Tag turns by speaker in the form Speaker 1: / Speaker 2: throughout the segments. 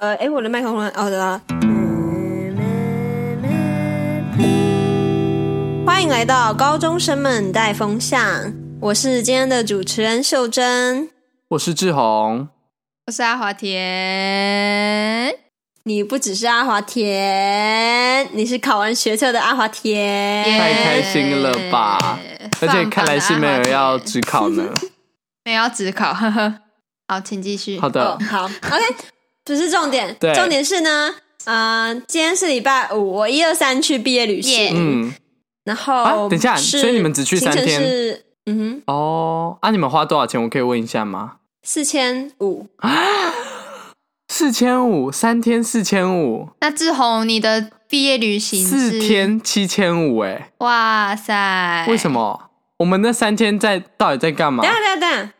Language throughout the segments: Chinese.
Speaker 1: 呃，哎，我的麦克风哦，得了。欢迎来到高中生们带风向，我是今天的主持人秀珍。
Speaker 2: 我是志宏，
Speaker 3: 我是阿华田，
Speaker 1: 你不只是阿华田，你是考完学测的阿华田。
Speaker 2: 太开心了吧而且看来是没有人要只考呢。
Speaker 3: 没有要只考， 呵呵。好，请继续。
Speaker 2: 好的
Speaker 1: 哦，，好，OK，不是重点，
Speaker 2: 对
Speaker 1: 重点是呢，呃，今天是礼拜五，我一二三去毕业旅行
Speaker 3: Yeah
Speaker 2: 嗯，
Speaker 1: 然后、
Speaker 2: 啊等一下
Speaker 1: 是
Speaker 2: 所以你们只去
Speaker 1: 行程
Speaker 2: 三天
Speaker 1: 是嗯哼，
Speaker 2: 哦，啊，你们花多少钱？我可以问一下吗？
Speaker 1: 四千五，
Speaker 2: 四千五，三天四千五，
Speaker 3: 那志宏，你的毕业旅行是
Speaker 2: 四？天七千五，哎，
Speaker 3: 哇塞！
Speaker 2: 为什？么？我们那三天在到底在干嘛
Speaker 1: 等一？下等一下等一下，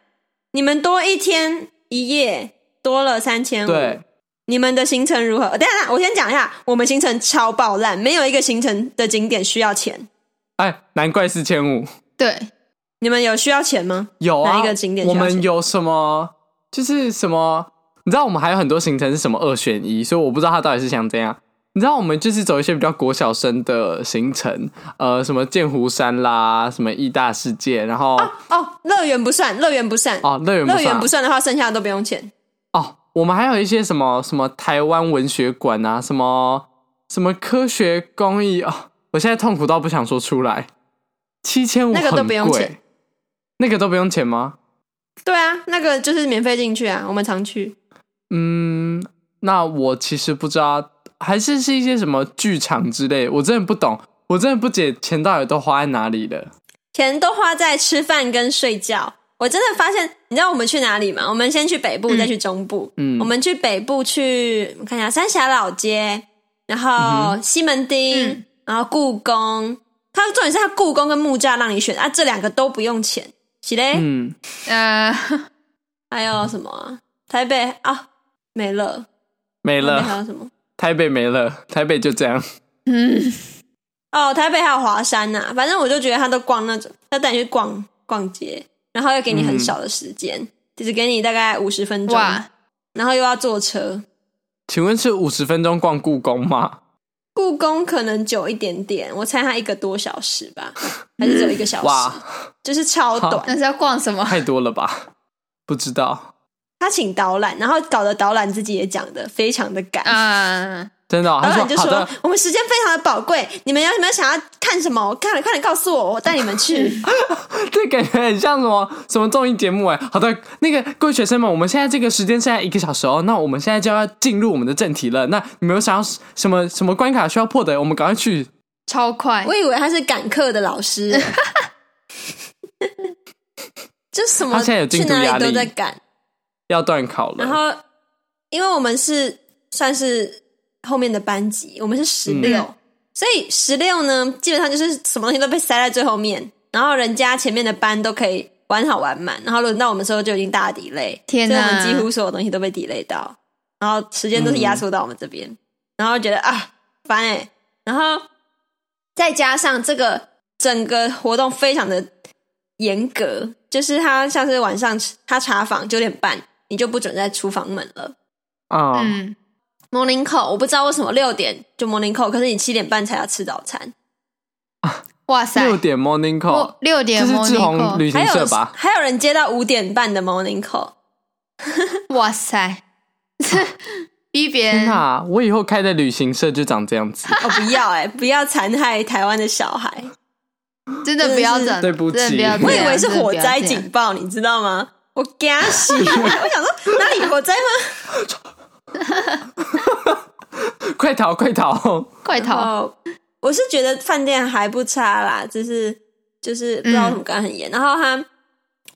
Speaker 1: 你们多一天一夜，多了三千五，
Speaker 2: 对，
Speaker 1: 你们的行程如何？等一下等一下，我先讲一下，我们行程超爆烂，没有一个行程的景点需要钱，
Speaker 2: 哎，难怪四千五。
Speaker 3: 对，
Speaker 1: 你们有需要钱吗？
Speaker 2: 有啊，
Speaker 1: 哪一个景点需
Speaker 2: 我
Speaker 1: 要
Speaker 2: 们
Speaker 1: 钱
Speaker 2: 有什么？就是什么？你知道我们还有很多行程是什么二选一，所以我不知道他到底是想怎样。你知道我们就是走一些比较国小生的行程，呃，什么剑湖山啦，什么义大世界，然后
Speaker 1: 哦，乐园不算，乐园不算，
Speaker 2: 哦乐园
Speaker 1: 乐园
Speaker 2: 啊
Speaker 1: 不算的话，剩下的都不用钱。
Speaker 2: 哦，我们还有一些什么什么台湾文学馆啊，什么什么科学工艺哦，我现在痛苦到不想说出来，七千五
Speaker 1: 那个都不用钱，
Speaker 2: 那个都不用钱吗？
Speaker 1: 对啊，那个就是免费进去啊，我们常去。
Speaker 2: 嗯，那我其实不知道，还是是一些什么剧场之类，我真的不懂，我真的不解钱到底都花在哪里了。
Speaker 1: 钱都花在吃饭跟睡觉。我真的发现，你知道我们去哪里吗？我们先去北部，
Speaker 3: 嗯
Speaker 1: 再去中部。
Speaker 2: 嗯
Speaker 1: 我们去北部去，我看一下三峡老街，然后西门町，
Speaker 3: 嗯
Speaker 1: 然后故宫。它重点是它故宫跟木栅让你选啊，这两个都不用钱。喜嘞，
Speaker 2: 嗯，
Speaker 3: 呃，
Speaker 1: 还有什么啊？台北啊，没了。
Speaker 2: 没
Speaker 1: 台北还
Speaker 2: 了，
Speaker 1: 有什么？
Speaker 2: 台北没了，台北就这样。
Speaker 3: 嗯，
Speaker 1: 哦，台北还有华山呐、反正我就觉得他都逛那种，他带你去逛逛街，然后又给你很
Speaker 2: 嗯
Speaker 1: 少的时间，就是给你大概五十分钟，
Speaker 3: 哇，
Speaker 1: 然后又要坐车。
Speaker 2: 请问是五十分钟逛故宫吗？
Speaker 1: 故宫可能久一点点，我猜它一个多小时吧， 还是只有一个小时，
Speaker 2: 哇，
Speaker 1: 就是超
Speaker 2: 好
Speaker 1: 短。
Speaker 3: 那是要逛什 么？
Speaker 2: 太多了吧？不知道，
Speaker 1: 他请导览，然后搞得导览自己也讲的非常的赶。
Speaker 3: 啊，
Speaker 2: 真的哦、
Speaker 1: 导
Speaker 2: 他
Speaker 1: 览就
Speaker 2: 说好
Speaker 1: 说
Speaker 2: 的，：“
Speaker 1: 我们时间非常的宝贵，你们有没有想要看什么？看了快点告诉我，我带你们 去。啊
Speaker 2: 这感觉很像什么什么综艺节目哎。好的，那个各位学生们，我们现在这个时间现在一个小时哦，那我们现在就要进入我们的正题了。那你们有想要什么什么关卡需要破的，我们赶快去
Speaker 3: 超快
Speaker 1: 我！以为他是赶课的老师， 就什么
Speaker 2: 他现在有进
Speaker 1: 去
Speaker 2: 度压力
Speaker 1: 哪里都在赶。
Speaker 2: 要断考了。
Speaker 1: 然后，因为我们是算是后面的班级，我们是十六、
Speaker 3: 嗯
Speaker 1: 所以十六呢，基本上就是什么东西都被塞在最后面，然后人家前面的班都可以玩好玩满，然后轮到我们的时候就已经大底累，
Speaker 3: 天
Speaker 1: 所以我
Speaker 3: 哪
Speaker 1: 们几乎所有东西都被抵累到，然后时间都是
Speaker 2: 嗯
Speaker 1: 压缩到我们这边，然后觉得啊烦哎、然后再加上这个整个活动非常的严格，就是他像是晚上他查房九点半，你就不准在厨房门了。
Speaker 2: 啊、
Speaker 3: 嗯，
Speaker 1: morning 扣，我不知道为什么六点就 morning 扣，可是你七点半才要吃早餐。
Speaker 3: 哇塞，
Speaker 2: 六点 morning call，
Speaker 3: 我六点
Speaker 2: 这是志
Speaker 3: morning
Speaker 2: 宏
Speaker 3: call
Speaker 2: 旅行
Speaker 1: 还有
Speaker 2: 社吧？
Speaker 1: 还有人接到五点半的 morning call，
Speaker 3: 哇塞， 逼别
Speaker 2: 天
Speaker 3: 人
Speaker 2: 哪，我以后开的旅行社就长这样子。
Speaker 1: 哦不要哎、不要残害台湾的小孩。
Speaker 3: 真的不要
Speaker 1: 真的
Speaker 3: 整，
Speaker 1: 是
Speaker 2: 对啊不起
Speaker 3: 真的要这
Speaker 1: 我
Speaker 3: 样
Speaker 1: 以为是火灾，
Speaker 3: 真的
Speaker 1: 警报，你知道吗？我吓死， 我想说哪里火灾吗？
Speaker 2: 快逃，快逃！
Speaker 3: 不要这样快逃！
Speaker 1: 哦，我是觉得饭店还不差啦，只是就是不知道为什么管很严，然后他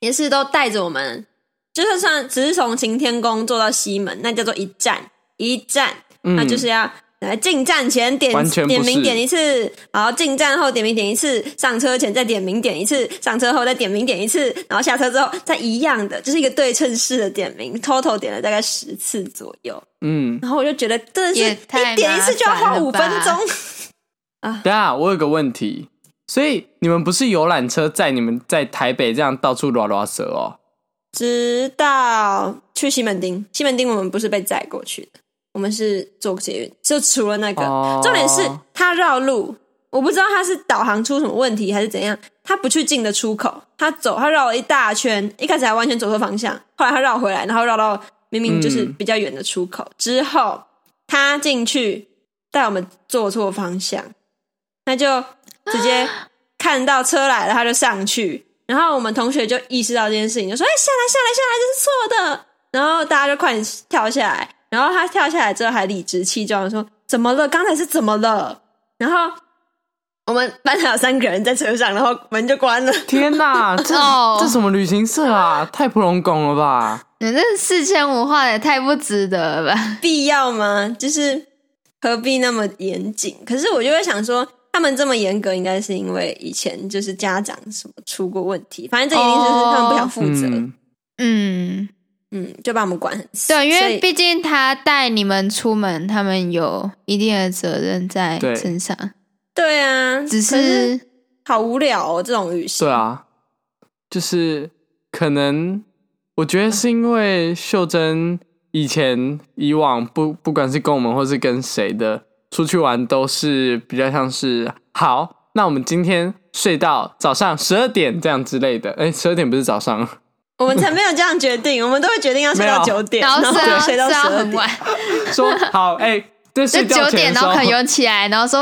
Speaker 1: 也是都带着我们，就是算只是从晴天宫坐到西门，那叫做一站一站，
Speaker 2: 嗯
Speaker 1: 那就是要。来进站前点
Speaker 2: 完全不
Speaker 1: 点名
Speaker 2: 是
Speaker 1: 点一次，然后进站后点名点一次，上车前再点名点一次，上车后再点名点一次，然后下车之后再一样的，就是一个对称式的点名，total 点了大概十次左右。
Speaker 2: 嗯，
Speaker 1: 然后我就觉得真的是
Speaker 3: 也太
Speaker 1: 一点一次就要
Speaker 3: 麻烦
Speaker 1: 花
Speaker 3: 了
Speaker 1: 五分
Speaker 3: 吧
Speaker 1: 钟，
Speaker 2: 等一下我有个问题，所以你们不是游览车载你们在台北这样到处拉拉蛇哦？
Speaker 1: 直到去西门町，西门町我们不是被载过去的，我我们是坐捷运，就除了那个，
Speaker 2: 哦
Speaker 1: 重点是他绕路，我不知道他是导航出什么问题还是怎样，他不去进的出口，他走他绕了一大圈，一开始还完全走错方向，后来他绕回来，然后绕到明明就是
Speaker 2: 嗯
Speaker 1: 比较远的出口、之后，他进去带我们坐错方向，那就直接看到车来了，他就上去。然后我们同学就意识到这件事情，就说：“哎、下来，下来，下来，这是错的。”然后大家就快点跳下来。然后他跳下来之后还理直气壮的说：“怎么了？刚才是怎么了？”然后我们班上有三个人在车上，然后门就关了。
Speaker 2: 天哪，这、
Speaker 3: 哦
Speaker 2: 这什么旅行社啊？太不容拱了吧！
Speaker 3: 你这四千五花的也太不值得了吧？
Speaker 1: 必要吗？就是何必那么严谨？可是我就会想说，他们这么严格，应该是因为以前就是家长什么出过问题，反正这一定就是他们不想负责，嗯
Speaker 2: 嗯，
Speaker 3: 嗯，
Speaker 1: 就把我们管很死。
Speaker 3: 对，因
Speaker 1: 所
Speaker 3: 为
Speaker 1: 以
Speaker 3: 毕竟他带你们出门，他们有一定的责任在
Speaker 2: 对
Speaker 3: 身上，
Speaker 1: 对啊，
Speaker 3: 只
Speaker 1: 可是
Speaker 3: 是
Speaker 1: 好无聊哦，这种旅行。
Speaker 2: 对啊，就是可能我觉得是因为秀珍以前以往不不管是跟我们或是跟谁的出去玩，都是比较像是好，那我们今天睡到早上十二点这样之类的。哎、1十二点不是早 上，
Speaker 1: 我们才没有这样决定，我们都会决定要睡
Speaker 2: 没
Speaker 1: 到
Speaker 2: 有
Speaker 1: 九点，
Speaker 3: 然
Speaker 1: 然
Speaker 3: 后
Speaker 1: 后
Speaker 3: 啊睡到
Speaker 1: 睡
Speaker 3: 睡
Speaker 1: 到
Speaker 3: 到
Speaker 1: 十二
Speaker 3: 很
Speaker 1: 点。
Speaker 3: 晚，
Speaker 2: 说好哎、在
Speaker 3: 就
Speaker 2: 睡觉
Speaker 3: 九
Speaker 2: 前
Speaker 3: 点，
Speaker 2: 的时
Speaker 3: 然后
Speaker 2: 候
Speaker 3: 可能有人起来，然后说，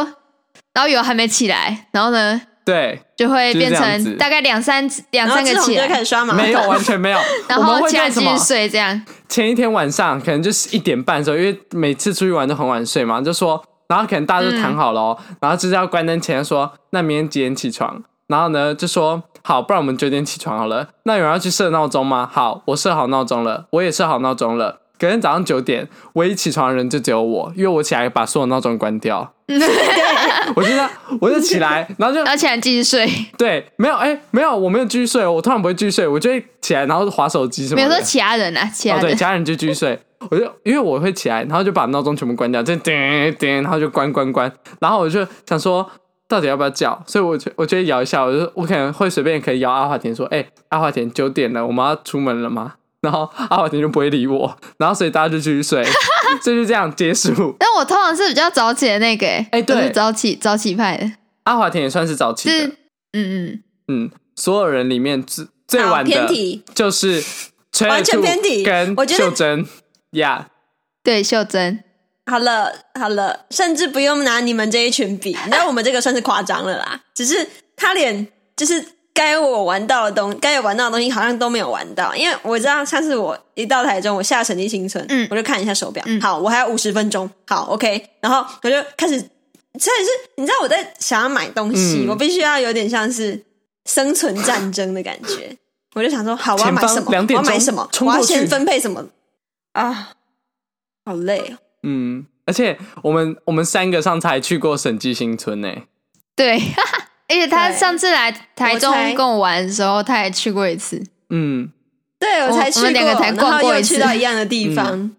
Speaker 3: 然后有人还没起来，然后呢
Speaker 2: 对，
Speaker 3: 就会
Speaker 2: 就是
Speaker 3: 变
Speaker 2: 这样子
Speaker 3: 成大概两三两
Speaker 1: 然后
Speaker 3: 三
Speaker 1: 志
Speaker 3: 个
Speaker 1: 宏
Speaker 3: 起
Speaker 1: 就会开
Speaker 3: 来，
Speaker 1: 始刷马桶，
Speaker 2: 没有啊完全没有，
Speaker 3: 然
Speaker 2: 我们
Speaker 3: 后
Speaker 2: 会
Speaker 3: 起
Speaker 2: 干
Speaker 3: 来
Speaker 2: 什
Speaker 3: 继
Speaker 2: 么
Speaker 3: 续？睡这样。
Speaker 2: 前一天晚上可能就是一点半的时候，因为每次出去玩都很晚睡嘛，就说，然后可能大家就谈好了、哦然后就是要关灯前说，那明天几点起床？然后呢就说好，不然我们九点起床好了。那有人要去设闹钟吗？好，我设好闹钟了，我也设好闹钟了。隔天早上九点，唯一起床的人就只有我，因为我起来把所有闹钟关掉。我就这样，我就起来，然后就
Speaker 3: 然后起来继续睡。
Speaker 2: 对，没有，哎、没有，我没有继续睡哦，我通常不会继续睡，我就会起来，然后划手机什么
Speaker 3: 没
Speaker 2: 的。
Speaker 3: 有说其他人啊，其
Speaker 2: 哦，
Speaker 3: 他
Speaker 2: 对，
Speaker 3: 人。
Speaker 2: 家人就继 续睡。我就因为我会起来，然后就把闹钟全部关掉，就叮叮，然后就关关关。然后我就想说，到底要不要叫？所以我就我就会摇一下，我就我可能会随便可以摇阿华田说：“哎、阿华田，九点了，我们要出门了吗？” 然后阿华田就不会理我，然后所以大家就继续睡， 所以就这样结束。
Speaker 3: 但我通常是比较早起的那个、欸，
Speaker 2: 哎对
Speaker 3: 我是早起早起派的，
Speaker 2: 阿华田也算是早起
Speaker 3: 是
Speaker 2: 的，
Speaker 3: 嗯嗯，
Speaker 2: 嗯，所有人里面最最
Speaker 1: 好
Speaker 2: 晚
Speaker 1: 偏
Speaker 2: 的
Speaker 1: 题，
Speaker 2: 就是陈
Speaker 1: 完全
Speaker 2: 尔柱
Speaker 1: 偏题我
Speaker 2: 跟
Speaker 1: 觉得
Speaker 2: 秀珍呀。
Speaker 3: 对，秀珍，
Speaker 1: 好了好了，甚至不用拿你们这一群 比，你知道我们这个算是夸张了啦。只是他连就是该我玩到的东，该有玩到的东西好像都没有玩到，因为我知道上次我一到台中，我下神经新村，
Speaker 3: 嗯
Speaker 1: 我就看一下手表，
Speaker 3: 嗯
Speaker 1: 好，我还有五十分钟，好，OK，然后我就开始，这也是你知道我在想要买东西，
Speaker 2: 嗯
Speaker 1: 我必须要有点像是生存战争的感觉， 我就想说，好，我要
Speaker 2: 前
Speaker 1: 买
Speaker 2: 方
Speaker 1: 什么？
Speaker 2: 两
Speaker 1: 我
Speaker 2: 点
Speaker 1: 要买
Speaker 2: 钟
Speaker 1: 什么？
Speaker 2: 冲
Speaker 1: 我要
Speaker 2: 过去
Speaker 1: 先分配什么？啊，好累哦。
Speaker 2: 嗯，而且我们我们三个上次还去过审计新村呢、
Speaker 3: 对， 而且他
Speaker 1: 对
Speaker 3: 上次来台中
Speaker 1: 我才
Speaker 3: 跟我玩的时候，他也去过一次，
Speaker 2: 嗯，
Speaker 1: 对，我
Speaker 3: 我
Speaker 1: 才
Speaker 3: 哦我
Speaker 1: 去过，
Speaker 3: 们两个才逛
Speaker 1: 然后
Speaker 3: 过
Speaker 1: 又
Speaker 3: 一
Speaker 1: 去
Speaker 3: 次嗯
Speaker 1: 到一样的地方。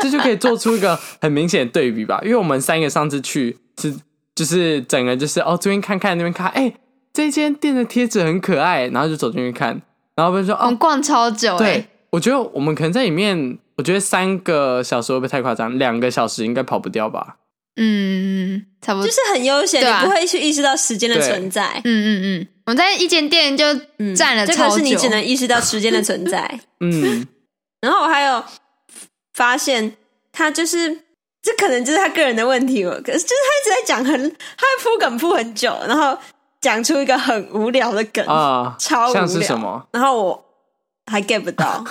Speaker 2: 这就可以做出一个很明显的对比吧，因为我们三个上次去是就是整个就是哦这边看看那边看，哎、这间店的贴纸很可爱，然后就走进去看，然后他们说
Speaker 3: 我们
Speaker 2: 哦，
Speaker 3: 逛超久、欸，
Speaker 2: 对，我觉得我们可能在里面，我觉得三个小时会不会太夸张？两个小时应该跑不掉吧？
Speaker 3: 嗯，差不多，
Speaker 1: 就是很悠闲，
Speaker 3: 对啊
Speaker 1: 你不会去意识到时间的
Speaker 2: 对
Speaker 1: 存在。
Speaker 3: 嗯嗯嗯，我们在一间店就
Speaker 1: 嗯，
Speaker 3: 站了
Speaker 1: 这
Speaker 3: 超
Speaker 1: 个
Speaker 3: 久，
Speaker 1: 是你只能意识到时间的存 在。
Speaker 2: 嗯，
Speaker 1: 然后我还有发现，他就是这可能就是他个人的问题哦，可是就是他一直在讲很，他铺梗铺很久，然后讲出一个很无聊的梗，
Speaker 2: 啊，
Speaker 1: 超无聊。
Speaker 2: 像是什么？
Speaker 1: 然后我还 get 不 到，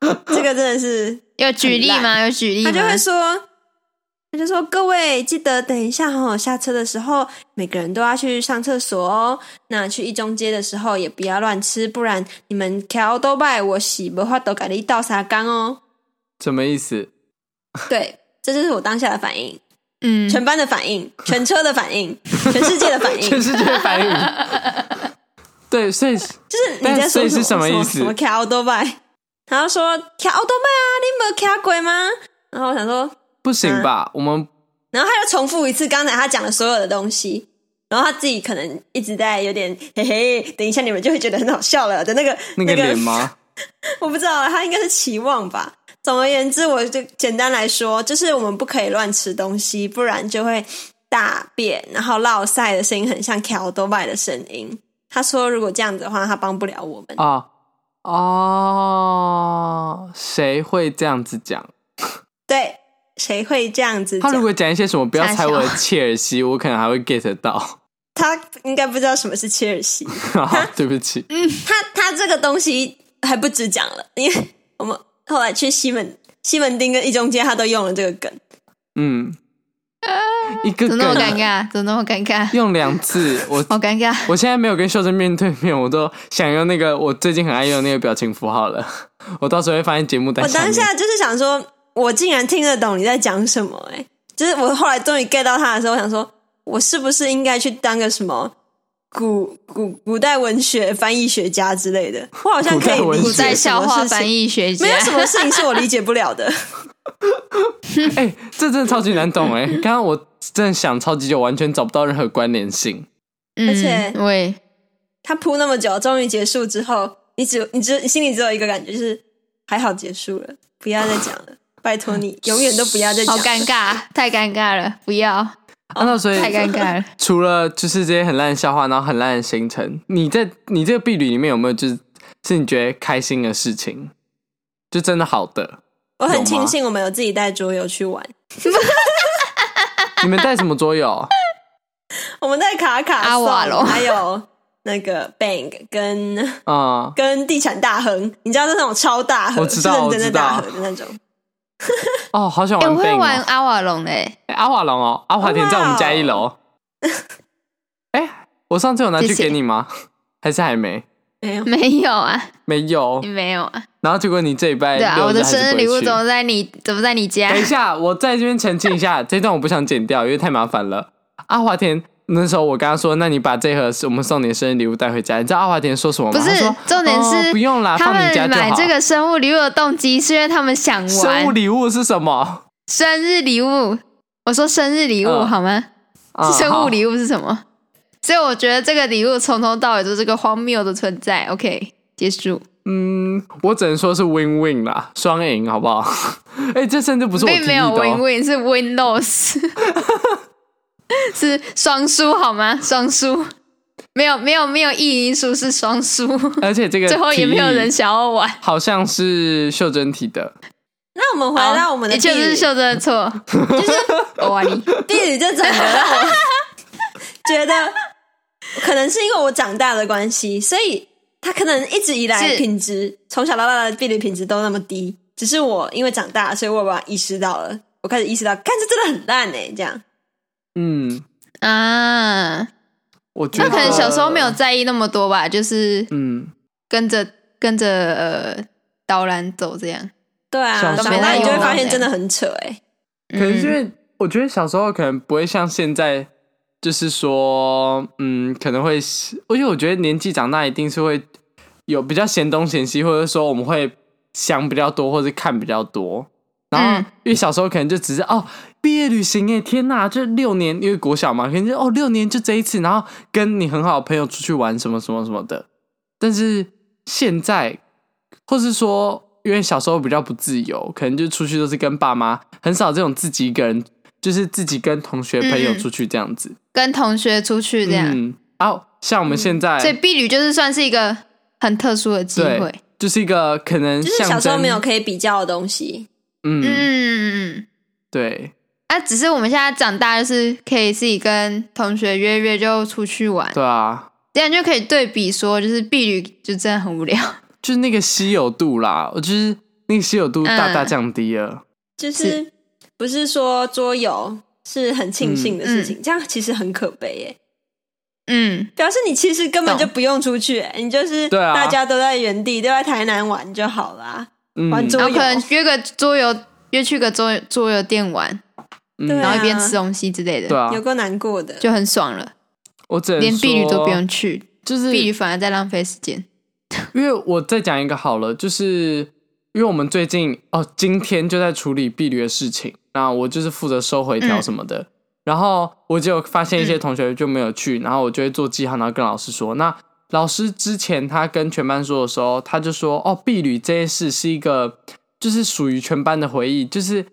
Speaker 1: 这个真的是
Speaker 3: 有举例
Speaker 1: 很
Speaker 3: 吗？有举例吗？
Speaker 1: 他就会说，他就说各位记得等一下哦，下车的时候每个人都要去上厕所哦。那去一中街的时候也不要乱吃，不然你们条都拜我洗不话都改你倒沙缸哦。
Speaker 2: 什么意思？
Speaker 1: 对，这就是我当下的反应，
Speaker 3: 嗯，
Speaker 1: 全班的反应，全车的反应，全世界的 反应，
Speaker 2: 全
Speaker 1: 就
Speaker 2: 世界的反应。 对，所以
Speaker 1: 是你
Speaker 2: 但
Speaker 1: 在
Speaker 2: 所
Speaker 1: 说
Speaker 2: 以是
Speaker 1: 什
Speaker 2: 什
Speaker 1: 么
Speaker 2: 么意思
Speaker 1: 什么条都拜？然后说条都拜啊，你没条鬼吗？然后我想说，
Speaker 2: 不行
Speaker 1: 嗯
Speaker 2: 吧？我们
Speaker 1: 然后他又重复一次刚才他讲的所有的东西，然后他自己可能一直在有点嘿嘿，等一下你们就会觉得很好笑了的那个
Speaker 2: 那个脸？吗？
Speaker 1: 我不知道，他应该是期望吧。总而言之，我就简单来说，就是我们不可以乱吃东西，不然就会大便，然后落塞的声音很像条多拜的声音。他说，如果这样子的话，他帮不了我们。
Speaker 2: 啊哦，谁会这样子讲？
Speaker 1: 对，谁会这样子
Speaker 2: 他如
Speaker 1: 讲？
Speaker 2: 果讲一些什么不要
Speaker 3: 傻
Speaker 2: 踩我的
Speaker 3: 笑
Speaker 2: 切尔西，我可能还会 get 到。
Speaker 1: 他应该不知道什么是切尔西。
Speaker 2: 好，对不起，
Speaker 1: 他他这个东西还不止讲了，因为我们后来去西门西门町跟一中街，他都用了这个梗。
Speaker 2: 嗯，一个
Speaker 3: 怎么
Speaker 2: 梗
Speaker 3: 那么尴尬？怎么那么尴尬？
Speaker 2: 用两次， 我
Speaker 3: 好尴尬！
Speaker 2: 我现在没有跟秀珍面对面，我都想用那个我最近很爱用的那个表情符号了。 我到时候会发现节目单
Speaker 1: 我
Speaker 2: 上面。
Speaker 1: 当下就是想说，我竟然听得懂你在讲什么、欸，就是我后来终于 get 到他的时候，我想说，我是不是应该去当个什么古古古代文学翻译学家之类的？我好像可以
Speaker 2: 古代文学
Speaker 1: 理
Speaker 3: 古代
Speaker 1: 解什
Speaker 3: 笑
Speaker 1: 么
Speaker 3: 话
Speaker 1: 事
Speaker 3: 翻
Speaker 1: 情，
Speaker 3: 译学家
Speaker 1: 没有什么事情是我理解不了的。
Speaker 2: 哎、这真的超级难懂哎、刚刚我真的想超级久，完全找不到任何关联性。
Speaker 3: 嗯
Speaker 1: 而且
Speaker 3: 喂，
Speaker 1: 他铺那么久，终于结束之后，你只你只你心里只有一个感觉，就是还好结束了，不要再讲了，拜托 你，永远都不要再讲
Speaker 3: 好
Speaker 1: 了。
Speaker 3: 尴尬，太尴尬了，不要，
Speaker 1: 哦
Speaker 2: 啊，那所以
Speaker 3: 太尴尬了。哎
Speaker 2: 除了就是这些很烂的笑话，然后很烂的行程，你在你这个避旅里面有没有就是是你觉得开心的事情？就真的好的，
Speaker 1: 我
Speaker 2: 有
Speaker 1: 很
Speaker 2: 吗
Speaker 1: 庆幸我们有自己带桌游去玩，
Speaker 2: 你们带什么桌游？
Speaker 1: 我们带卡卡
Speaker 3: 阿
Speaker 1: 颂
Speaker 3: 瓦隆
Speaker 1: 还有那个 Bank 跟
Speaker 2: 啊、
Speaker 1: 跟地产大亨，你知道是那种超大亨，
Speaker 2: 我知道
Speaker 1: 是认真的
Speaker 2: 我知道
Speaker 1: 大亨的那种。
Speaker 2: 哦，好想
Speaker 3: 哎、
Speaker 2: 玩
Speaker 3: 我会
Speaker 2: Bang 哦、
Speaker 3: 玩阿瓦隆欸嘞、
Speaker 2: 哎阿华龙哦，阿华田在我们家一楼。哎、我上次有拿去
Speaker 3: 哦谢谢
Speaker 2: 给你吗？还是还没？
Speaker 1: 没有，
Speaker 3: 没有啊，
Speaker 2: 没有
Speaker 3: 你。没有啊？
Speaker 2: 然后结果你这礼拜
Speaker 3: 对啊，
Speaker 2: 六
Speaker 3: 我的
Speaker 2: 日还是
Speaker 3: 生日
Speaker 2: 不会
Speaker 3: 礼物
Speaker 2: 去
Speaker 3: 怎么在你怎么在你家
Speaker 2: 等一？下，我在这边澄清一 下，这段我不想剪掉，因为太麻烦了。阿华田那时候我跟他说，那你把这盒我们送你的生日礼物带回家。你知道阿华田说什么吗？
Speaker 3: 不
Speaker 2: 他
Speaker 3: 是
Speaker 2: 说，
Speaker 3: 重点是、
Speaker 2: 哦不用啦，
Speaker 3: 他
Speaker 2: 放你家
Speaker 3: 们
Speaker 2: 就
Speaker 3: 买
Speaker 2: 好。
Speaker 3: 这个生物礼物的动机是因为他们想
Speaker 2: 生物
Speaker 3: 玩
Speaker 2: 礼物是什么？
Speaker 3: 生日礼物。我说生日礼物、
Speaker 2: 嗯
Speaker 3: 好吗？
Speaker 2: 啊
Speaker 3: 生物
Speaker 2: 物
Speaker 3: 礼物是什么？所以我觉得这个礼物从头到尾都是个荒谬的存在。OK，结束。
Speaker 2: 嗯，我只能说是 win win 啦，双赢，好不 好？哎、这甚至不是我提
Speaker 3: 并
Speaker 2: 议
Speaker 3: 没
Speaker 2: 的、
Speaker 3: 有 win
Speaker 2: 哦。
Speaker 3: win，是 win lose，是双输好吗？双输，没有没有没有一赢输是双输，
Speaker 2: 而且这个
Speaker 3: 最后也没有人
Speaker 2: 提议
Speaker 3: 想要玩。
Speaker 2: 好像是秀珍提的，
Speaker 1: 那我们回
Speaker 3: 好
Speaker 1: 到我们的
Speaker 3: 也确实是秀珍的错，就是我玩你。
Speaker 1: 地理就整个让我觉得，可能是因为我长大的关系，所以他可能一直以来
Speaker 3: 是
Speaker 1: 品质从小到大的地理品质都那么低，只是我因为长大，所以我把它意识到了，我开始意识到，看这真的很烂哎、这样
Speaker 2: 嗯，
Speaker 3: 啊，
Speaker 2: 我觉
Speaker 3: 他
Speaker 2: 得
Speaker 3: 可能小时候没有，在意那么多吧，就是
Speaker 2: 嗯，
Speaker 3: 跟着跟着呃导览走这样。
Speaker 1: 对啊，
Speaker 2: 小时候
Speaker 1: 长大你就会发现
Speaker 3: 没有
Speaker 1: 真的很扯哎、
Speaker 2: 可能是因
Speaker 3: 嗯
Speaker 2: 为我觉得小时候可能不会像现在，就是说，嗯，可能会喜，因为我觉得年纪长大一定是会有比较嫌东嫌西，或者说我们会想比较多，或者看比较多。然后
Speaker 3: 嗯，
Speaker 2: 因为小时候可能就只是哦，毕业旅行哎，天呐，就六年，因为国小嘛，可能就哦六年就这一次，然后跟你很好的朋友出去玩什么什么什么的。但是现在，或是说，因为小时候比较不自由，可能就出去都是跟爸妈，很少这种自己一个人，就是自己跟同学朋友
Speaker 3: 嗯
Speaker 2: 出去这样子。
Speaker 3: 跟同学出去这样，
Speaker 2: 嗯，啊，像我们现
Speaker 1: 嗯
Speaker 2: 在，
Speaker 3: 所以避旅就是算是一个很特殊的机会
Speaker 2: 对。，就是一个可能
Speaker 1: 就是小
Speaker 2: 象
Speaker 1: 时候
Speaker 2: 征，
Speaker 1: 没有可以比较的东西，
Speaker 3: 嗯
Speaker 2: 嗯，
Speaker 3: 嗯嗯嗯。
Speaker 2: 对，
Speaker 3: 啊，只是我们现在长大，就是可以自己跟同学约约就出去玩，
Speaker 2: 对啊，
Speaker 3: 这样就可以对比说，就是避旅就真的很无聊。
Speaker 2: 就是那个稀有度啦，我就是那个稀有度大
Speaker 1: 嗯
Speaker 2: 大降低了。
Speaker 1: 就是不是说桌游是很庆幸的事情，这样其实很可悲欸耶、
Speaker 3: 嗯，
Speaker 1: 表示你其实根本
Speaker 3: 懂
Speaker 1: 就不用出去、欸你就是
Speaker 2: 对啊
Speaker 1: 大家都在原地，都在台南玩就好啦。
Speaker 2: 嗯，
Speaker 1: 玩桌
Speaker 3: 然
Speaker 1: 游
Speaker 3: 后可能约个桌游，约去个桌桌游店玩，
Speaker 2: 嗯
Speaker 1: 对啊
Speaker 3: 然后一边吃东西之类的，
Speaker 2: 对啊，
Speaker 1: 有够难过的。
Speaker 3: 就很爽了。
Speaker 2: 我只能
Speaker 3: 连避旅
Speaker 2: 说
Speaker 3: 都不用，去，
Speaker 2: 就是
Speaker 3: 避旅反而在浪费时间。
Speaker 2: 因为我再讲一个好了，就是因为我们最近哦，今天就在处理碧旅的事情，那我就是负责收回
Speaker 3: 嗯
Speaker 2: 条什么的。然后我就发现一些同学就没有去，然后我就会做记号，然后跟老师说。那老师之前他跟全班说的时候，他就说哦，碧旅这件事是一个就是属于全班的回忆，就是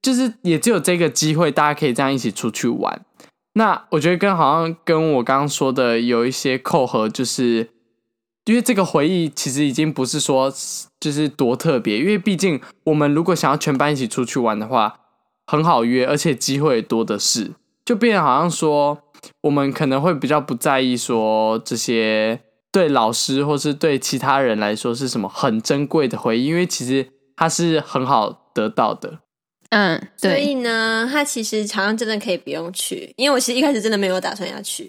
Speaker 2: 就是也只有这个机会，大家可以这样一起出去玩。那我觉得跟好像跟我刚刚说的有一些扣合，就是因为这个回忆其实已经不是说就是多特别，因为毕竟我们如果想要全班一起出去玩的话，很好约，而且机会多的是，就变得好像说我们可能会比较不在意说这些对老师或是对其他人来说是什么很珍贵的回忆，因为其实它是很好得到的。
Speaker 3: 嗯，
Speaker 1: 所
Speaker 3: 对，
Speaker 1: 以呢，他其实好像真的可以不用去，因为我其实一开始真的没有打算要去。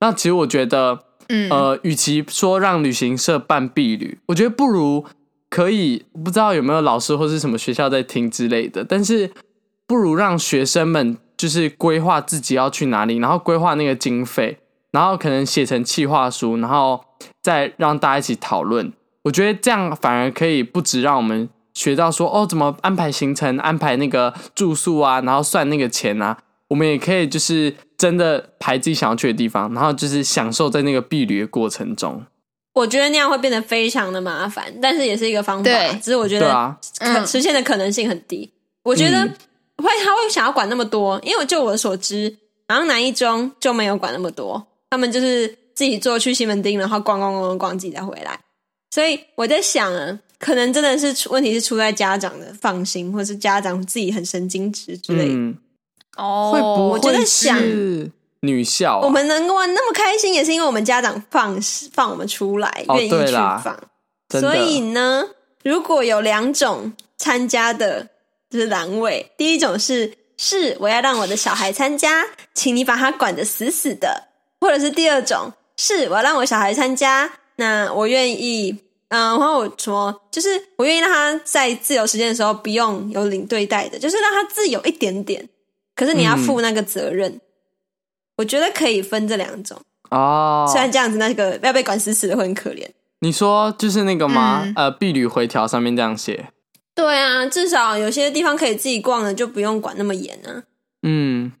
Speaker 2: 那其实我觉得
Speaker 3: 嗯，
Speaker 2: 呃，与其说让旅行社办避旅，我觉得不如可以不知道有没有老师或是什么学校在听之类的，但是不如让学生们就是规划自己要去哪里，然后规划那个经费，然后可能写成企划书，然后再让大家一起讨论。我觉得这样反而可以不止让我们学到说哦怎么安排行程、安排那个住宿啊，然后算那个钱啊，我们也可以就是真的排自己想要去的地方，然后就是享受在那个避旅的过程中。
Speaker 1: 我觉得那样会变得非常的麻烦，但是也是一个方法
Speaker 3: 对。
Speaker 1: 只是我觉
Speaker 2: 对
Speaker 1: 得
Speaker 2: 啊，
Speaker 1: 可
Speaker 3: 嗯
Speaker 1: 实现的可能性很低。我觉得
Speaker 2: 嗯
Speaker 1: 会他会想要管那么多，因为就我所知，好像南一中就没有管那么多，他们就是自己坐去西门町，然后逛逛逛逛逛，自己再回来。所以我在想啊，可能真的是出问题是出在家长的放心，或是家长自己很神经质之类的。
Speaker 2: 嗯，
Speaker 3: 哦，
Speaker 2: 会不会
Speaker 1: 就在想
Speaker 2: 是女校、啊？
Speaker 1: 我们能够玩那么开心，也是因为我们家长放放我们出来，
Speaker 2: 哦
Speaker 1: 愿意
Speaker 2: 对
Speaker 1: 去
Speaker 2: 啦
Speaker 1: 放。
Speaker 2: 真的
Speaker 1: 所以呢，如果有两种参加的，就是栏位，第一种是是我要让我的小孩参加，请你把他管得死死的；或者是第二种是我要让我小孩参加，那我愿意，嗯、然后我什么，就是我愿意让他在自由时间的时候不用有领队带的，就是让他自由一点点。可是你要负那个责任，
Speaker 2: 嗯
Speaker 1: 我觉得可以分这两种。
Speaker 2: 哦，
Speaker 1: 虽然这样子，那个要被管死死的会很可怜。
Speaker 2: 你说就是那个吗？
Speaker 3: 嗯
Speaker 2: 呃，避旅回条上面这样写，
Speaker 1: 对啊，至少有些地方可以自己逛的，就不用管那么严啊。
Speaker 2: 嗯，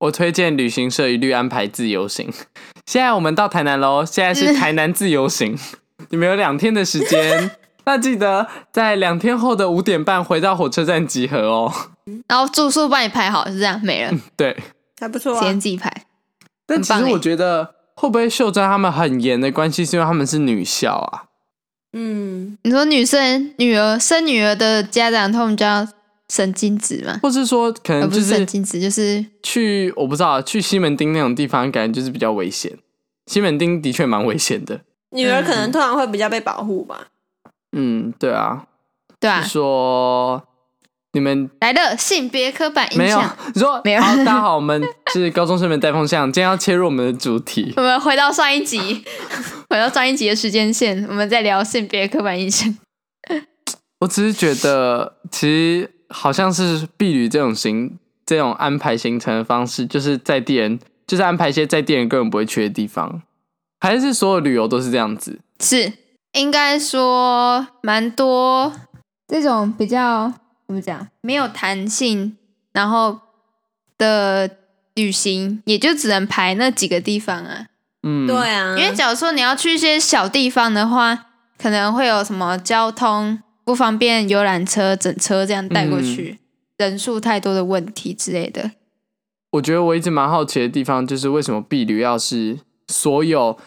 Speaker 2: 我推荐旅行社一律安排自由行。 现在我们到台南喽，现在是台南自由行， 你们有两天的时 间，那记得在两天后的五点半回到火车站集合哦。
Speaker 3: 然后住宿帮你排好，是这样没了，
Speaker 2: 对，
Speaker 1: 还不错
Speaker 3: 时间
Speaker 1: 啊。
Speaker 3: 自己排。
Speaker 2: 但
Speaker 3: 很
Speaker 2: 其实
Speaker 3: 棒欸
Speaker 2: 我觉得，会不会秀珍他们很严的关系，是因为他们是女校啊？
Speaker 1: 嗯，
Speaker 3: 你说女生女儿生女儿的家长，他们叫神经质吗？
Speaker 2: 或是说，可
Speaker 3: 而
Speaker 2: 能
Speaker 3: 不
Speaker 2: 嗯就是
Speaker 3: 神
Speaker 2: 是
Speaker 3: 经质，就是
Speaker 2: 去我不知道去西门町那种地方，感觉就是比较危险。西门町的确蛮危险的。
Speaker 1: 女儿可能通常会比较被保护吧。
Speaker 2: 嗯，对啊，
Speaker 3: 对吧、
Speaker 2: 就说你们
Speaker 3: 来了，性别刻板印
Speaker 2: 没有
Speaker 3: 象。，
Speaker 2: 你说
Speaker 3: 没有
Speaker 2: 好，大家好，我们是高中生们带风向，今天要切入我们的主题。
Speaker 3: 我们回到上一集， 回到上一集的时间线，我们在聊性别刻板印象。
Speaker 2: 我只是觉得，其实好像是避旅这种行这种安排行程的方式，就是在地人，就是安排一些在地人根本不会去的地方，还是所有旅游都是这样子？
Speaker 3: 是，应该说蛮多这种比较怎么讲，没有弹性，然后的旅行也就只能排那几个地方啊。
Speaker 2: 嗯，
Speaker 1: 对，啊，
Speaker 3: 因为假如说你要去一些小地方的话，可能会有什么交通不方便、游览车、整车这样带过去，人数太多的问题之类的。
Speaker 2: 我觉得我一直蛮好奇的地方，就是为什么避旅要是所有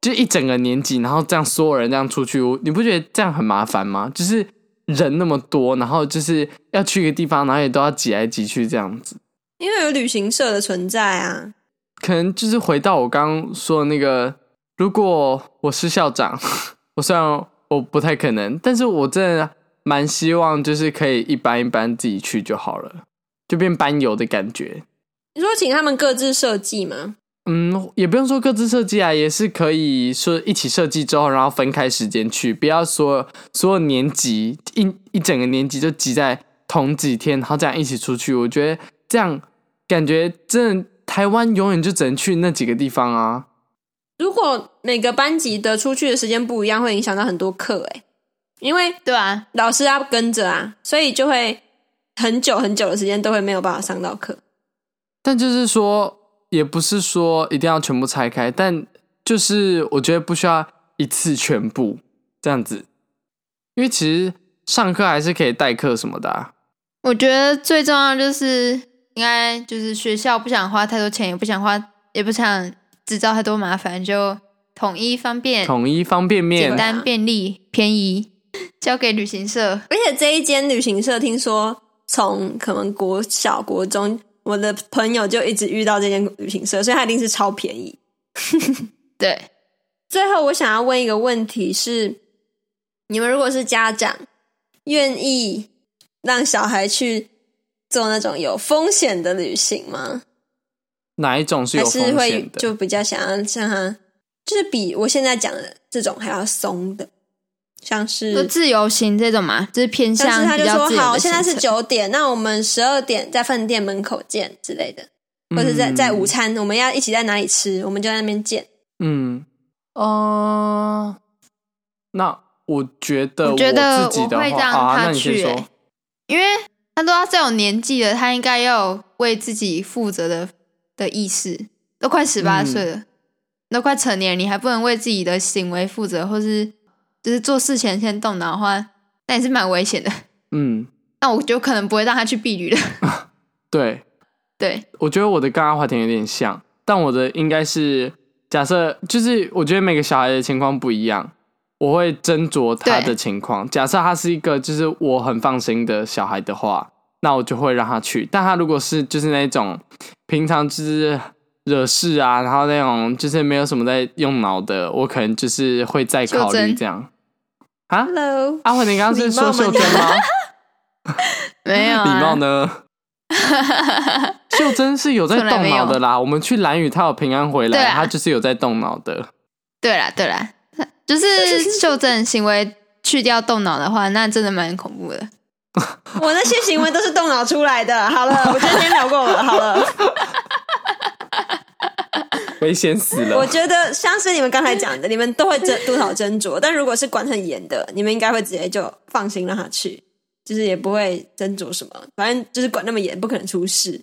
Speaker 2: 就一整个年级，然后这样所有人这样出去，我你不觉得这样很麻烦吗？就是人那么多，然后就是要去一个地方，然后也都要挤来挤去这样子。
Speaker 1: 因为有旅行社的存在啊。
Speaker 2: 可能就是回到我刚刚说的那个，如果我是校长， 我虽然我不太可能，但是我真的蛮希望就是可以一班一班自己去就好了，就变班游的感觉。
Speaker 1: 你说请他们各自设计吗？
Speaker 2: 嗯，也不用说各自设计啊，也是可以说一起设计之后，然后分开时间去，不要说所有年级一一整个年级就挤在同几天，然后这样一起出去。我觉得这样感觉真的台湾永远就只能去那几个地方啊。
Speaker 1: 如果每个班级的出去的时间不一样，会影响到很多课诶、因为
Speaker 3: 对啊，
Speaker 1: 老师要跟着啊，所以就会很久很久的时间都会没有办法上到课。
Speaker 2: 但就是说，也不是说一定要全部拆开，但就是我觉得不需要一次全部这样子，因为其实上课还是可以代课什么的、啊。
Speaker 3: 我觉得最重要就是应该就是学校不想花太多钱，也不想花，也不想制造太多麻烦，就统一方
Speaker 1: 嗯
Speaker 3: 便、
Speaker 2: 统一方便
Speaker 3: 简
Speaker 2: 面，
Speaker 3: 单、便利、便宜，交给旅行社。
Speaker 1: 而且这一间旅行社，听说从可能国小、国中，我的朋友就一直遇到这间旅行社，所以它一定是超便宜。
Speaker 3: 对，
Speaker 1: 最后，我想要问一个问题是：你们如果是家长，愿意让小孩去做那种有风险的旅行吗？
Speaker 2: 哪一种是有
Speaker 1: 还
Speaker 2: 风
Speaker 1: 是会
Speaker 2: 险的？
Speaker 1: 就比较想要像他，就是比我现在讲的这种还要松的，像
Speaker 3: 就是自由行这种嘛，就是偏
Speaker 1: 像
Speaker 3: 向
Speaker 1: 是他
Speaker 3: 比
Speaker 1: 就
Speaker 3: 较
Speaker 1: 说
Speaker 3: 自由
Speaker 1: 好，
Speaker 3: 的
Speaker 1: 现在
Speaker 3: 行
Speaker 1: 是
Speaker 3: 程
Speaker 1: 九点，那我们十二点在饭店门口见之类的，或者
Speaker 3: 嗯
Speaker 1: 在在午餐我们要一起在哪里吃，我们就在那边见。
Speaker 2: 嗯，哦、那我觉得
Speaker 3: 我觉得
Speaker 2: 自己的
Speaker 3: 我
Speaker 2: 话
Speaker 3: 会让
Speaker 2: 啊，
Speaker 3: 他
Speaker 2: 那你先
Speaker 3: 去
Speaker 2: 说
Speaker 3: 欸因为他都要这种年纪了，他应该要有为自己负责的的意识。都快十八
Speaker 2: 嗯
Speaker 3: 岁了，都快成年了，你还不能为自己的行为负责，或是就是做事前先动脑的话，那也是蛮危险的。
Speaker 2: 嗯，
Speaker 3: 那我就可能不会让他去避旅了。
Speaker 2: 对，
Speaker 3: 对，
Speaker 2: 我觉得我的跟阿华田有点像，但我的应该是假设，就是我觉得每个小孩的情况不一样，我会斟酌他
Speaker 3: 对
Speaker 2: 的情况。假设他是一个就是我很放心的小孩的话，那我就会让他去。但他如果是就是那种平常就是惹事啊，然后那种就是没有什么在用脑的，我可能就是会再考虑
Speaker 3: 秀珍
Speaker 2: 这样。啊，
Speaker 1: Hello，
Speaker 2: 阿华田刚刚是说秀珍吗？
Speaker 3: 没有、啊、
Speaker 2: 礼貌呢？ 秀珍是有在
Speaker 3: 从来
Speaker 2: 动
Speaker 3: 没有
Speaker 2: 脑的啦。我们去蓝雨，她有平安回
Speaker 3: 对
Speaker 2: 来，
Speaker 3: 啊
Speaker 2: 她就是有在动脑的。
Speaker 3: 对啦，对啦， 就是秀正行为去掉动脑的话，那真的蛮恐怖的。
Speaker 1: 我那些行为都是动脑出来的。好了，我今天聊过了，好了。
Speaker 2: 危险死
Speaker 1: 我
Speaker 2: 了！
Speaker 1: 觉得像是你们刚才讲的，你们都会斟多少斟酌，但如果是管很严的，你们应该会直接就放心让他去，就是也不会斟酌什么，反正就是管那么严，不可能出事。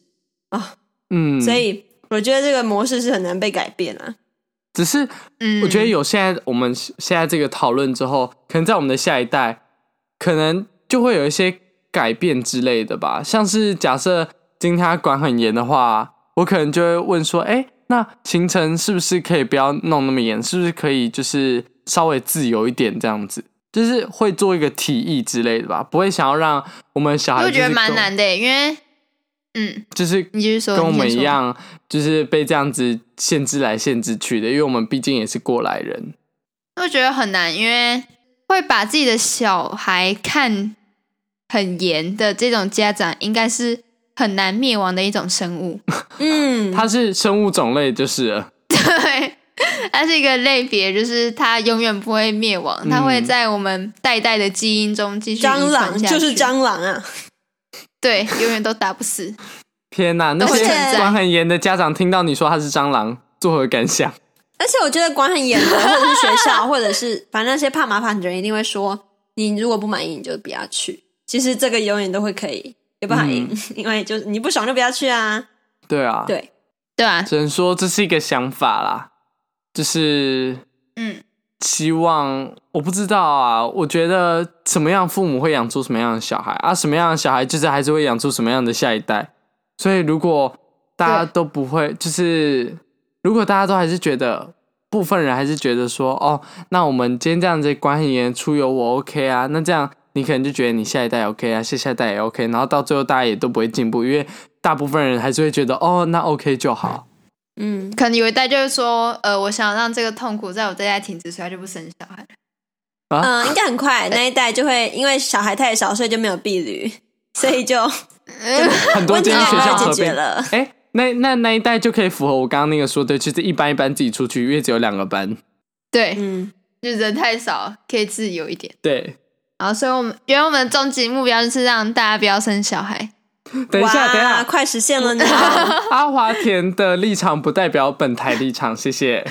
Speaker 2: 嗯，
Speaker 1: 所以我觉得这个模式是很难被改变啊。
Speaker 2: 只是
Speaker 3: 嗯，
Speaker 2: 我觉得有现在我们现在这个讨论之后，可能在我们的下一代，可能就会有一些改变之类的吧。像是假设今天他管很严的话，我可能就会问说：“哎、那行程是不是可以不要弄那么严？是不是可以就是稍微自由一点这样子？”就是会做一个提议之类的吧，不会想要让我们小孩
Speaker 3: 我觉得
Speaker 2: 啊就是
Speaker 3: 蛮
Speaker 2: 跟，
Speaker 3: 难的，因为嗯，
Speaker 2: 就是
Speaker 3: 你继续说，
Speaker 2: 跟我
Speaker 3: 你先
Speaker 2: 们一
Speaker 3: 说。
Speaker 2: 样，就是被这样子限制来限制去的，因为我们毕竟也是过来人。
Speaker 3: 我觉得很难，因为会把自己的小孩看很严的这种家长，应该是很难灭亡的一种生物。
Speaker 1: 嗯，
Speaker 2: 它是生物种类，就是了
Speaker 3: 对，它是一个类别，就是它永远不会灭亡，它会
Speaker 2: 嗯
Speaker 3: 在我们代代的基因中继续遗
Speaker 1: 蟑
Speaker 3: 传
Speaker 1: 螂
Speaker 3: 下去。
Speaker 1: 就是，蟑螂啊，
Speaker 3: 对，永远都打不死。
Speaker 2: 天哪！那
Speaker 3: 都
Speaker 1: 会
Speaker 2: 些
Speaker 1: 存在
Speaker 2: 管很严的家长听到你说它是蟑螂，作何感想？
Speaker 1: 而且我觉得管很严 的，或者是学校，或者是反正那些怕麻烦的人，一定会说你如果不满意，你就不要去。其实这个永远都会可以有办法赢，
Speaker 2: 嗯
Speaker 1: 因为就是你不爽就不要去啊。
Speaker 2: 对啊，
Speaker 1: 对，
Speaker 3: 对吧？
Speaker 2: 只能说这是一个想法啦，就是
Speaker 3: 嗯，
Speaker 2: 希望我不知道啊，我觉得什么样父母会养出什么样的小孩啊，什么样的小孩就是还是会养出什么样的下一代。所以如果大家
Speaker 3: 对
Speaker 2: 都不会，就是如果大家都还是觉得部分人还是觉得说，哦，那我们今天这样子管很严，出游我 OK 啊，那这样你可能就觉得你下一代也 OK 啊，下下一代也 OK，然后到最后大家也都不会进步，因为大部分人还是会觉得，哦，那 OK 就好。
Speaker 1: 嗯，
Speaker 3: 可能有一代就是说，呃，我想让这个痛苦在我这代停止，所以他就不生小孩。
Speaker 1: 嗯，应该很快那一代就会因为小孩太少，所以就没有避 旅，所以就
Speaker 2: 很多
Speaker 1: 问题
Speaker 2: 间
Speaker 1: 也
Speaker 2: 学校
Speaker 1: 就
Speaker 2: 合
Speaker 1: 解决
Speaker 2: 并。
Speaker 1: 了。
Speaker 2: 哎、那那那一代就可以符合我刚刚那个说的，就是一班一班自己出去，因为只有两个班。
Speaker 3: 对，
Speaker 1: 嗯，
Speaker 3: 就人太少，可以自由一点。
Speaker 2: 对，
Speaker 3: 然后，所以我们原来我们的终极目标就是让大家不要生小孩。
Speaker 2: 等一下，
Speaker 1: 哇
Speaker 2: 等一下，
Speaker 1: 快实现 了呢！
Speaker 2: 阿华田的立场不代表本台立场，谢谢。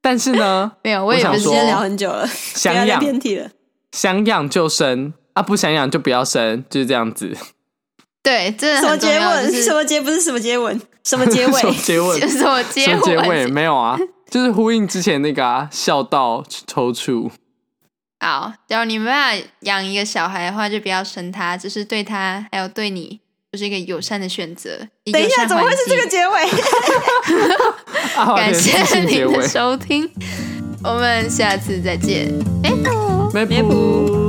Speaker 2: 但是呢，
Speaker 3: 没有，
Speaker 2: 我
Speaker 3: 也
Speaker 2: 想
Speaker 3: 不是
Speaker 1: 今
Speaker 2: 说
Speaker 1: 天聊很久了，不要
Speaker 2: 想
Speaker 1: 再
Speaker 2: 养
Speaker 1: 偏题 了。
Speaker 2: 想养就生啊，不想养就不要生，就是这样子。
Speaker 3: 对，真的
Speaker 1: 什么
Speaker 3: 很重
Speaker 1: 接
Speaker 3: 要。
Speaker 1: 吻？
Speaker 3: 就是
Speaker 1: 什么接？不是什么接吻？什么 结尾
Speaker 2: 什？么结尾？
Speaker 3: 什么
Speaker 2: 什
Speaker 3: 接
Speaker 2: 么
Speaker 3: 吻？
Speaker 2: 结尾？没有啊，就是呼应之前那个啊，笑到抽搐。
Speaker 3: 好，假如你没办法养一个小孩的话，就不要生他，这是对他还有对你就是一个友善的选择。一个
Speaker 1: 等一下，
Speaker 3: 友善
Speaker 1: 怎么会是
Speaker 3: 环境
Speaker 1: 这个结尾？
Speaker 2: 啊，好
Speaker 3: 感
Speaker 2: 连续
Speaker 3: 谢
Speaker 2: 性
Speaker 3: 你
Speaker 2: 结
Speaker 3: 的
Speaker 2: 尾，
Speaker 3: 收听，我们下次再见。哎、
Speaker 2: 没
Speaker 1: 没谱